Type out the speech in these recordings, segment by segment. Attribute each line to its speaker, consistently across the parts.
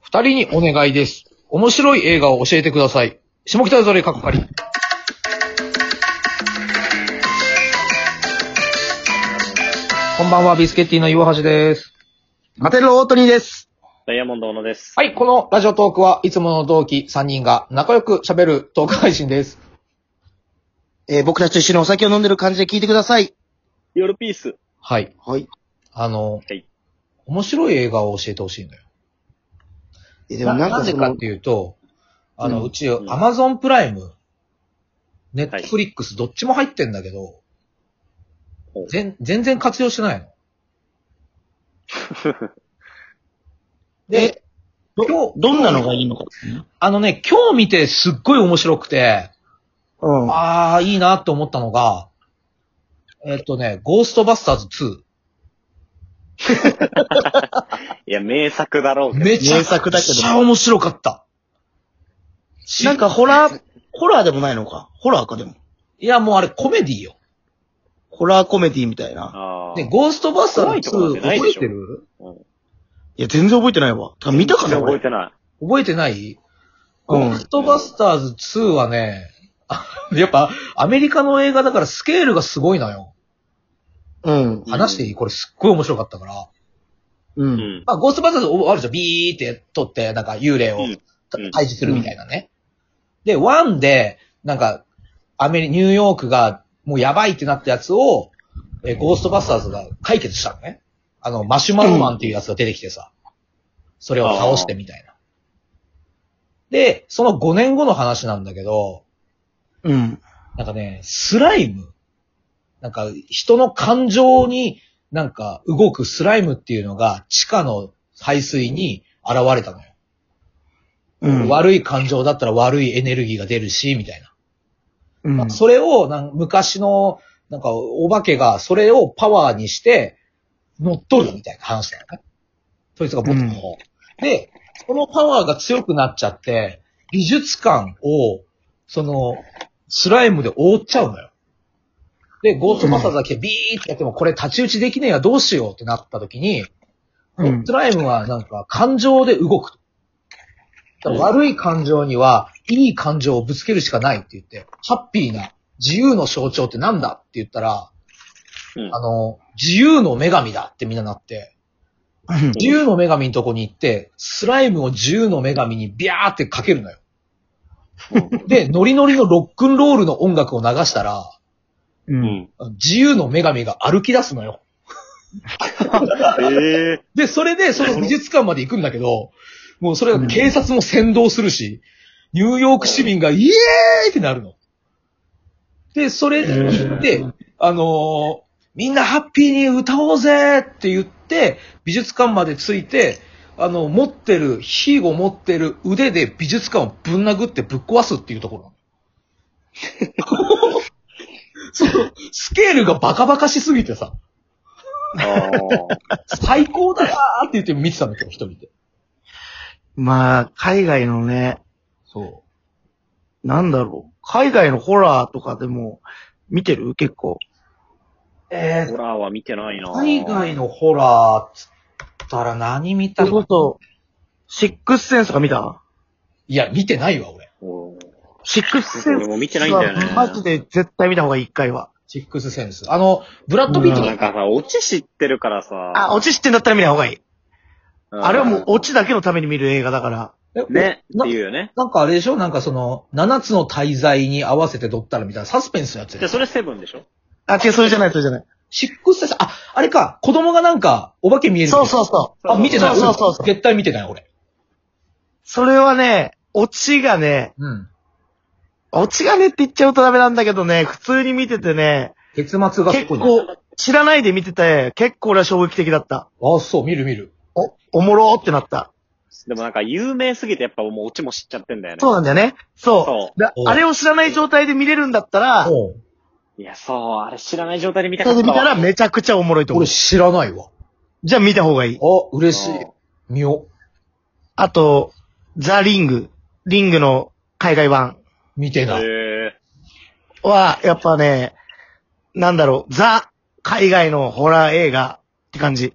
Speaker 1: 二人にお願いです。面白い映画を教えてください。下北ぞれかっかり。こんばんは、ビスケッティの岩橋です。
Speaker 2: マテロ・オートニーです。
Speaker 3: ダイヤモンド小野です。
Speaker 1: はい、このラジオトークはいつもの同期3人が仲良く喋るトーク配信です。
Speaker 2: えー僕たちと一緒にお酒を飲んでる感じで聞いてください。
Speaker 3: ヨルピース。
Speaker 1: はい。
Speaker 2: はい。
Speaker 1: あの、
Speaker 3: はい
Speaker 1: 面白い映画を教えてほしいのよ。
Speaker 2: え、で
Speaker 1: な
Speaker 2: もなん
Speaker 1: な
Speaker 2: か
Speaker 1: ぜ
Speaker 2: そ
Speaker 1: かっ
Speaker 2: の、
Speaker 1: ていうと、あの、
Speaker 2: う
Speaker 1: うんち、
Speaker 3: ん
Speaker 1: アマゾンプライム、ネ
Speaker 3: い
Speaker 1: ットフリックス、どっちも入ってんだけど、
Speaker 3: お
Speaker 1: 全全然活用してない の。で、今日、
Speaker 2: どんなのがいいのかですね。
Speaker 1: あのね、今日見てすっごい面白くて、
Speaker 2: うん。あ
Speaker 1: ああ、いいなって思ったのが、えっとね、ゴーストバスターズ2。
Speaker 3: いや、名作だろうけど。
Speaker 1: めちゃ
Speaker 2: 名作
Speaker 1: く
Speaker 2: だけど
Speaker 1: ちゃ面白かった。
Speaker 2: なんかホラー、ホラーでもないのか。ホラーかでも。
Speaker 1: いや、もうあれコメディよ。
Speaker 2: ホラーコメディみたいな。
Speaker 3: ああ。
Speaker 1: ね、ゴーストバスターズ
Speaker 3: 怖いとこなん
Speaker 1: 2
Speaker 3: てない
Speaker 1: 覚
Speaker 3: で
Speaker 1: え
Speaker 3: しょ
Speaker 1: てる
Speaker 2: いや、全然覚えてないわ。てか見たかな
Speaker 3: 覚え
Speaker 2: 俺。
Speaker 3: てな
Speaker 1: 覚えてない
Speaker 2: うん
Speaker 1: ゴーストバスターズ2はね、やっぱアメリカの映画だからスケールがすごいのよ。
Speaker 2: うん。
Speaker 3: うん
Speaker 1: 話していいこれすっごい面白かったから。
Speaker 2: う。
Speaker 3: い。うんん。
Speaker 1: まあ、ゴーストバスターズ終わるじゃん。ビーって撮って、なんか幽霊を
Speaker 3: うん
Speaker 1: た
Speaker 3: うん
Speaker 1: 退治するみたいなね。で、ワンで、なんか、アメリ、ニューヨークがもうやばいってなったやつを、えーゴーストバスターズが解決したのね。あの、マシュマロマンっていうやつが出てきてさ、それを倒してみたいな。で、その5年後の話なんだけど、
Speaker 2: うん。
Speaker 1: なんかね、スライム。なんか、人の感情に、なんか、動くスライムっていうのが、地下の排水に現れたのよ。
Speaker 2: うん。
Speaker 1: 悪い感情だったら悪いエネルギーが出るし、みたいな。
Speaker 2: うん。
Speaker 1: それをなん、昔の、なんか、お化けが、それをパワーにして、乗っ取るみたいな話だよね。そいつが僕の方。で、このパワーが強くなっちゃって、美術館を、その、スライムで覆っちゃうのよ。で、ゴーストマサーズだけビーってやっても、これ立ち打ちできねえや、どうしようってなった時に、
Speaker 2: うん
Speaker 1: スライムはなんか感情で動くと。だから悪い感情には、いい感情をぶつけるしかないって言って、ハッピーな自由の象徴ってなんだって言ったら、
Speaker 3: うん
Speaker 1: あの、自由の女神だってみんななって、
Speaker 2: うん
Speaker 1: 自由の女神のとこに行って、スライムを自由の女神にビャーってかけるのよ。で、ノリノリのロックンロールの音楽を流したら、
Speaker 2: う。
Speaker 3: うんん。
Speaker 1: 自由の女神が歩き出すのよ。
Speaker 3: ええ。
Speaker 1: で、それで、その美術館まで行くんだけど、もうそれが警察も先導するし、ニューヨーク市民がイエーイってなるの。で、それで行って、あのーみんなハッピーに歌おうぜって言って、美術館まで着いて、あの、持ってる、火を持ってる腕で美術館をぶん殴ってぶっ壊すっていうところなの。その、スケールがバカバカしすぎてさ、
Speaker 3: あ
Speaker 1: 最高だなーって言って見てたんだけど、一人で。
Speaker 2: まあ、海外のね、
Speaker 1: そう。
Speaker 2: なんだろう。海外のホラーとかでも、見てる結構。
Speaker 1: え
Speaker 3: あ。ホラーは見てないな。
Speaker 1: 海外のホラーっつったら何見
Speaker 2: そ
Speaker 1: た
Speaker 2: れこ
Speaker 1: の
Speaker 2: そ、シックスセンスとか見た
Speaker 1: いや、見てないわ、俺。
Speaker 3: うん。
Speaker 2: シックスセン
Speaker 3: 俺
Speaker 2: ス
Speaker 3: も見てないんだよね
Speaker 2: はマジで絶対見た方がいい、一回は。
Speaker 1: シックスセンス。あの、ブラッド・ピット
Speaker 3: な
Speaker 1: だ
Speaker 3: んかさ、オチ知ってるからさ。
Speaker 2: あ、オチ知ってんだったら見ない方がいい。
Speaker 3: うん、
Speaker 2: あれはもうオチだけのために見る映画だから。
Speaker 1: え
Speaker 3: ね。っ
Speaker 1: な
Speaker 3: ていうよね。
Speaker 1: なんかあれでしょなんかその、七つの滞在に合わせて撮ったらみたいなサスペンスのやつ
Speaker 3: じゃ、。それセブンでしょ
Speaker 2: あ、違う、それじゃない、それじゃない。
Speaker 1: シックスセンス、あ、あれか、子供がなんか、お化け見える。
Speaker 2: そうそうそう。
Speaker 1: あ、見てない。
Speaker 2: そうそうそう。
Speaker 1: 絶対見てない、俺。
Speaker 2: それはね、オチがね、
Speaker 1: うん。
Speaker 2: オチがねって言っちゃうとダメなんだけどね、普通に見ててね、
Speaker 1: 結末がすごい
Speaker 2: 結構、知らないで見てて、結構俺は衝撃的だった。
Speaker 1: 構。あ、そう、見る見る。
Speaker 2: お、おもろーってなった。
Speaker 3: でもなんか有名すぎてやっぱもうオチも知っちゃってんだよね。
Speaker 2: そうなんだよね。そ。
Speaker 3: そう
Speaker 2: だ
Speaker 1: うん
Speaker 2: あれを知らない状態で見れるんだったら、
Speaker 1: おう
Speaker 3: う。いや、そう。あれ知らない状態で見た
Speaker 2: そ
Speaker 3: か
Speaker 2: れ
Speaker 3: っ
Speaker 2: で
Speaker 3: た
Speaker 2: 見たら
Speaker 3: わ。
Speaker 2: めちゃくちゃおもろいと思う
Speaker 1: 俺。知らないわ。
Speaker 2: じゃあ見た方がいい。
Speaker 1: あ、嬉しい
Speaker 3: うん。
Speaker 1: 見よう。
Speaker 2: あと、ザ・リング。リングの海外版。
Speaker 1: 見てない。
Speaker 3: へえ。
Speaker 2: は、やっぱね、なんだろう、ザ、海外のホラー映画って感じ。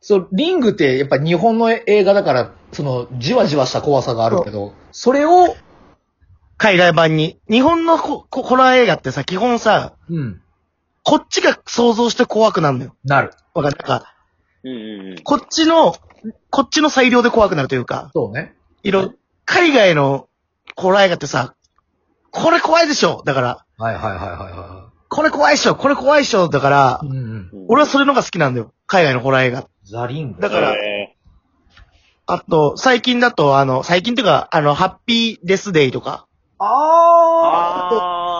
Speaker 1: そう、リングってやっぱ日本の映画だから、その、じわじわした怖さがあるけど、それを、
Speaker 2: 海外版に。日本のここホラー映画ってさ、基本さ、
Speaker 1: うん、
Speaker 2: こっちが想像して怖くなるのよ。
Speaker 1: なる。
Speaker 2: わかるなんか、
Speaker 3: うんうんうん。
Speaker 2: こっちの、こっちの裁量で怖くなるというか、
Speaker 1: そうね。
Speaker 2: いろ、海外のホラー映画ってさ、これ怖いでしょだから、
Speaker 1: はいはいはいはいは
Speaker 2: これ怖いでしょこれ怖いでしょだから
Speaker 1: い。、うんうん。
Speaker 3: うん
Speaker 2: 俺はそれのが好きなんだよ。海外のホラー映画。
Speaker 1: ザリング。
Speaker 2: だから
Speaker 3: え
Speaker 2: あと、最近だと、あの、最近っていうか、あの、ハッピーデスデイとか、
Speaker 3: ー、
Speaker 1: あ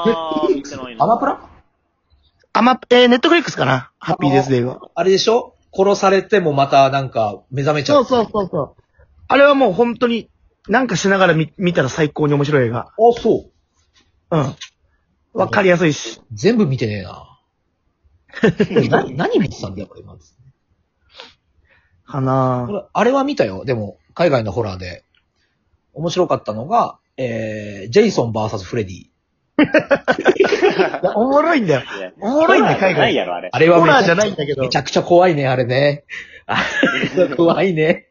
Speaker 3: あー、見てない
Speaker 1: ーアマプラ
Speaker 2: あま、えー、ネットフリックスかなハッピーデスデイは。
Speaker 1: あれでしょ殺されてもまたなんか目覚めちゃ
Speaker 2: そう
Speaker 1: う。
Speaker 2: そうそうそう。あれはもう本当に、なんかしながら見見たら最高に面白い映画。
Speaker 1: あ、そう。
Speaker 2: うん。わかりやすいし。
Speaker 1: 全部見てねえな。 な何見てたんだよ、これ今。
Speaker 2: かな
Speaker 1: こ
Speaker 2: ぁ
Speaker 1: れあれは見たよ。でも、海外のホラーで。面白かったのが、えー、ジェイソン VS フレディ。
Speaker 2: いやおもろいんだよ。
Speaker 3: ね。
Speaker 2: おもろいんだよ、海
Speaker 3: ない
Speaker 2: 外。
Speaker 3: やろ、あれ。
Speaker 1: あれは
Speaker 2: ホ
Speaker 1: めち
Speaker 2: ラ
Speaker 1: ゃ
Speaker 2: ーじゃないんだけど。
Speaker 1: めち
Speaker 2: だ
Speaker 1: ゃくちゃ怖いね、あれね。あれは怖いね。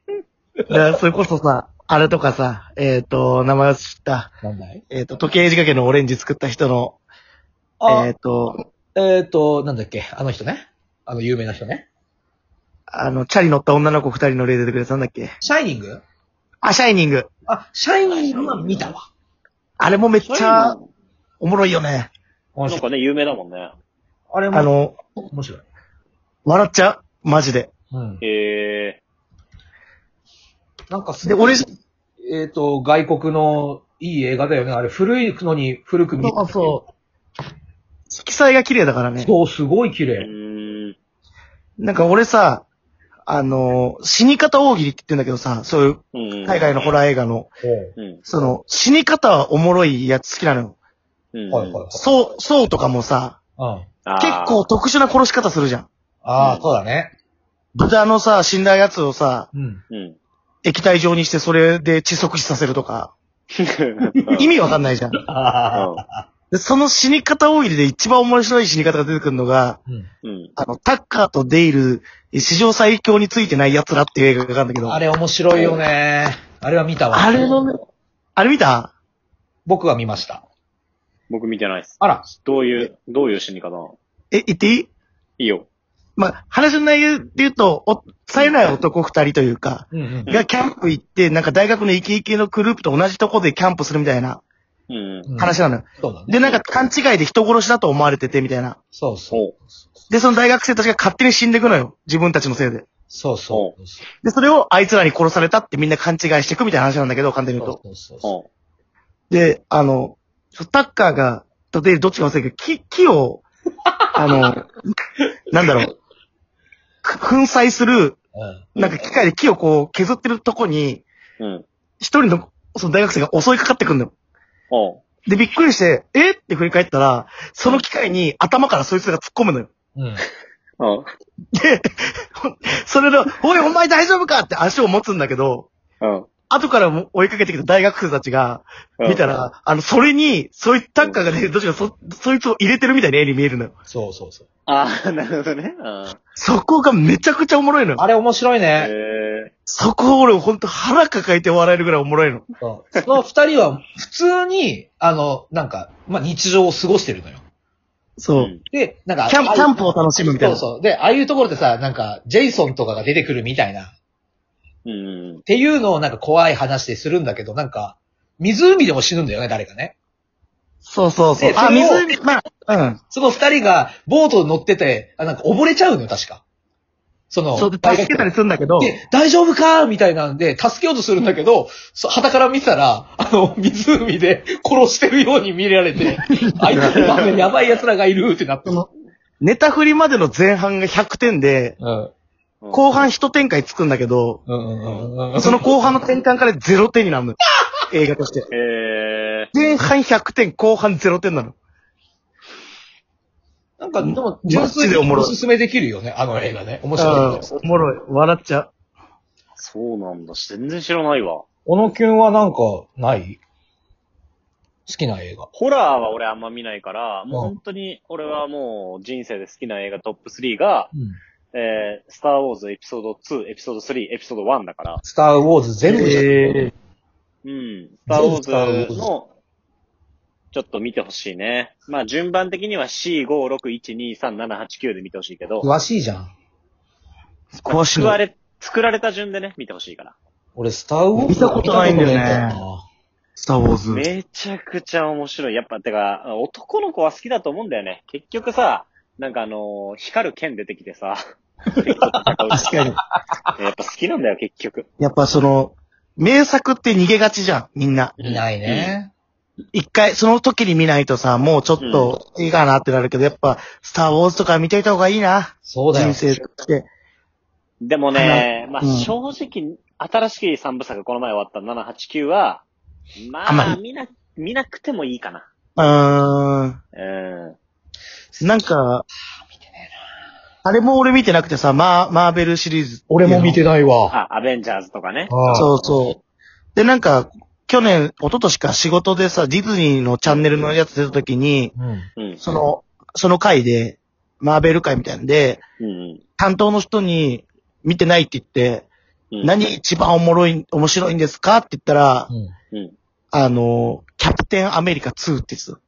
Speaker 2: からそれこそさ、あれとかさ、えっ、と、名前を知った、
Speaker 1: なんだい
Speaker 2: えっ、と、時計仕掛けのオレンジ作った人の、
Speaker 1: あ、
Speaker 2: えっ、と、
Speaker 1: えっ、と、なんだっけ、あの人ね。あの有名な人ね。
Speaker 2: あの、チャリ乗った女の子二人の例出てくれたんだっけ
Speaker 1: シャイニング
Speaker 2: あ、シャイニング。
Speaker 1: あ、シャイニングは見たわ。
Speaker 2: あれもめっち
Speaker 3: そういう
Speaker 2: ゃ
Speaker 3: の
Speaker 2: おもろいよね。
Speaker 1: 面
Speaker 3: なん
Speaker 1: 白い。
Speaker 3: かね、有名だもんね。
Speaker 1: あれ
Speaker 2: あ
Speaker 1: も
Speaker 2: の、
Speaker 1: 面白い。
Speaker 2: 笑っちゃう。マジで。
Speaker 1: うん。
Speaker 3: え
Speaker 1: なんかす
Speaker 2: で、
Speaker 1: ごい
Speaker 2: 俺、
Speaker 1: えっ、と、外国のいい映画だよね。あれ、古いのに古く見
Speaker 2: そうそう。色彩が綺麗だからね。
Speaker 1: そう、すごい綺
Speaker 3: ー、う
Speaker 1: 麗。
Speaker 3: ーん。
Speaker 2: なんか俺さ、あの、死に方大喜利って言ってんだけどさ、そういう
Speaker 3: うん
Speaker 2: 海外のホラー映画の、
Speaker 3: うん。
Speaker 2: その、死に方はおもろいやつ好きなのよ。
Speaker 3: うん。
Speaker 1: はいはい
Speaker 2: そう、そうとかもさ、
Speaker 1: はい。うん。
Speaker 3: あー
Speaker 2: 結構、特殊な殺し方するじゃん。
Speaker 1: あ
Speaker 3: う
Speaker 1: あ、
Speaker 3: ん
Speaker 1: そうだね。
Speaker 2: 豚のさ、死んだやつをさ、
Speaker 1: うん。
Speaker 3: うん。
Speaker 2: 液体状にしてそれで窒息死させる とか、意味わかんないじゃん。
Speaker 1: ああ。
Speaker 2: で、その死に方大喜利で一番面白い死に方が出てくるのが、
Speaker 1: うん。
Speaker 3: うん。
Speaker 2: あの、タッカーとデイル、史上最強についてない奴らっていう映画があるんだけど。
Speaker 1: あれ面白いよね。あれは見たわ。
Speaker 2: あれのね、あれ見た
Speaker 1: 僕は見ました。
Speaker 3: 僕見てないです。
Speaker 1: あら。
Speaker 3: どういう、どういう死に方なの
Speaker 2: え、言っていい
Speaker 3: いいよ。
Speaker 2: まあ、話の内容で言うと、お、冴えない男二人というか、
Speaker 1: うんうん。
Speaker 2: がキャンプ行って、なんか大学のイケイケのグループと同じとこでキャンプするみたいな
Speaker 3: うん。
Speaker 1: うん
Speaker 2: 話なのよ。
Speaker 1: そうだね。
Speaker 2: で、なんか勘違いで人殺しだと思われててみたいな。
Speaker 1: そうそう。
Speaker 3: そう。
Speaker 2: で、その大学生たちが勝手に死んでいくのよ。自分たちのせいで。
Speaker 1: そうそう。そ
Speaker 2: で、それをあいつらに殺されたってみんな勘違いしていくみたいな話なんだけど、簡単に
Speaker 1: う
Speaker 2: 言うと。
Speaker 1: そうそうそう。
Speaker 3: う
Speaker 2: で、あの、タッカーが、とで、どっちか忘れたけど、木、木を、あの、なんだろう、く粉砕する、
Speaker 1: うん。
Speaker 2: なんか機械で木をこう削ってるとこに、
Speaker 3: ん。うん。
Speaker 2: 一人の、その大学生が襲いかかってくるのよ。
Speaker 3: おう
Speaker 2: で、びっくりして、えって振り返ったら、その機械に頭からそいつが突っ込むのよ。
Speaker 1: うん。
Speaker 3: おう
Speaker 2: それで、おい、お前大丈夫かって足を持つんだけど、
Speaker 3: うん。
Speaker 2: 後からも追いかけてきた大学生たちが、
Speaker 3: うん
Speaker 2: 見たら、あの、それに、そいつ、タッカーがね、どっちかそ、そいつを入れてるみたいな絵に見えるのよ。
Speaker 1: そうそうそう。
Speaker 3: ああ、なるほどね。うん
Speaker 2: そこがめちゃくちゃおもろいのよ。
Speaker 1: あれ面白いね。
Speaker 3: え
Speaker 2: そこ俺ほんと腹抱えて笑えるぐらいおもろいの。
Speaker 1: そうその二人は普通に、あの、なんか、まあ、日常を過ごしてるのよ。
Speaker 2: そう。
Speaker 3: うん
Speaker 1: で、なんか、
Speaker 2: キャン
Speaker 1: ああい
Speaker 2: プ、
Speaker 1: う
Speaker 2: キャンプを楽しむみたいな。
Speaker 1: そうそう。で、ああいうところでさ、なんか、ジェイソンとかが出てくるみたいな、っ
Speaker 3: ーうん。
Speaker 1: ていうのをなんか怖い話でするんだけど、なんか、湖でも死ぬんだよね、誰かね。
Speaker 2: そうそうそう
Speaker 1: で
Speaker 2: あ、
Speaker 1: それを
Speaker 2: 湖、まあ、うん。
Speaker 1: その二人がボートに乗ってて、あなんか溺れちゃうのよ、確か。その、
Speaker 2: そう、で助けたりするんだけど、
Speaker 1: で、大丈夫かみたいなんで、助けようとするんだけど、そう旗から見てたら、あの、湖で 殺してるように見られて、 あいつらダメ、やばい奴らがいるってなって
Speaker 2: そ。の、ネタ振りまでの前半が100点で、
Speaker 1: うん。
Speaker 2: 後半一展開つくんだけど、
Speaker 1: うんうんうんうん。
Speaker 2: その後半の転換から0点 になるの。映画として。
Speaker 3: ええ
Speaker 2: 前半100点、後半0点なの。
Speaker 1: なんか、でも、純
Speaker 2: マ
Speaker 1: 粋
Speaker 2: ジ
Speaker 1: に
Speaker 2: でおも
Speaker 1: お
Speaker 2: ろい
Speaker 1: すすめできるよね、あの映画ね。面白い
Speaker 2: うん
Speaker 1: です。
Speaker 2: おもろい。笑っちゃう。
Speaker 3: そうなんだ。全然知らないわ。
Speaker 1: 小野くんはなんか、ない好きな映画。
Speaker 3: ホラーは俺あんま見ないから、もう
Speaker 1: うん
Speaker 3: 本当に、俺はもう人生で好きな映画トップ3が、えー、スターウォーズエピソード2、エピソード3、エピソード1だから、
Speaker 1: スターウォーズ全部じゃん、
Speaker 2: え
Speaker 3: うん、スターウォ
Speaker 1: 全部スターウォ
Speaker 3: ー
Speaker 1: ー
Speaker 3: ズ
Speaker 1: ズ
Speaker 3: の、ちょっと見てほしいね。まあ、順番的には4、5、6、1、2、3、7、8、9で見てほしいけど、
Speaker 1: 詳しいじゃん。
Speaker 2: ー、詳しい
Speaker 3: 作られ、作られた順でね、見てほしいから。
Speaker 1: 俺、スターウォーズ
Speaker 2: 見たことないんだよね
Speaker 1: 見たことないからな
Speaker 2: スターウォーズ。
Speaker 3: めちゃくちゃ面白い。やっぱ、てか、男の子は好きだと思うんだよね。結局さ、なんかあのー光る剣出てきてさ、 敵と戦う
Speaker 2: 確かに。
Speaker 3: やっぱ好きなんだよ、結局。
Speaker 2: やっぱその、名作って逃げがちじゃん、みんな。
Speaker 1: 見ないね。
Speaker 2: 一回、その時に見ないとさ、もうちょっといいかなってなるけど、やっぱ、スターウォーズとか見といた方がいいな。
Speaker 1: そうだよ
Speaker 2: 人。生って。
Speaker 3: でもね、ま
Speaker 2: う
Speaker 3: あ
Speaker 2: ん
Speaker 3: 正直、新しい3部作この前終わった789は、ま
Speaker 2: あんま
Speaker 3: あ、
Speaker 2: り
Speaker 3: 見な、見なくてもいいかな。
Speaker 2: うーん。
Speaker 3: うん。
Speaker 2: なんか、あれも俺見てなくてさ、マー、マーベルシリーズ。
Speaker 1: 俺も見てないわ。
Speaker 3: あ、アベンジャーズとかね。
Speaker 1: ああ
Speaker 2: そうそう。で、なんか、去年、一昨年か仕事でさ、ディズニーのチャンネルのやつ出た時に、
Speaker 1: うん。
Speaker 3: うん。
Speaker 2: その、その回で、マーベル回みたいなんで、
Speaker 3: うん。
Speaker 2: 担当の人に見てないって言って、
Speaker 3: うん。
Speaker 2: 何一番おもろい、面白いんですかって言ったら
Speaker 1: う、ん。
Speaker 3: うん。
Speaker 2: あの、キャプテンアメリカ2って言って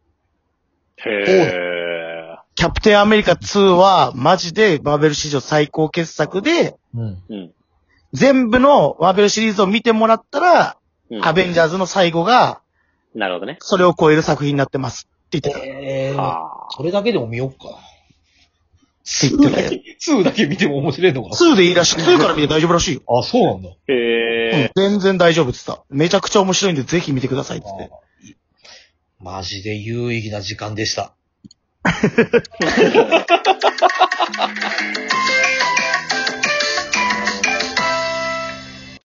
Speaker 2: た。
Speaker 3: へ
Speaker 2: キャプテンアメリカ2は、マジでマーベル史上最高傑作で、
Speaker 1: うん。
Speaker 3: ー。うん。
Speaker 2: 全部のマーベルシリーズを見てもらったら、
Speaker 3: うん
Speaker 2: アベンジャーズの最後が、
Speaker 3: なるほどね。
Speaker 2: それを超える作品になってますって言ってた。
Speaker 1: えー、
Speaker 3: は
Speaker 1: それだけでも見よっか。
Speaker 2: って言ってたよ。
Speaker 1: 2だけ見ても面白いのか
Speaker 2: 2でいいらしい。2から見て大丈夫らしいよ。
Speaker 1: あ、そうなんだ。
Speaker 3: あ。へ
Speaker 2: うん全然大丈夫って言ってた。めちゃくちゃ面白いんでぜひ見てくださいって言って。
Speaker 1: マジで有意義な時間でした。
Speaker 3: ー。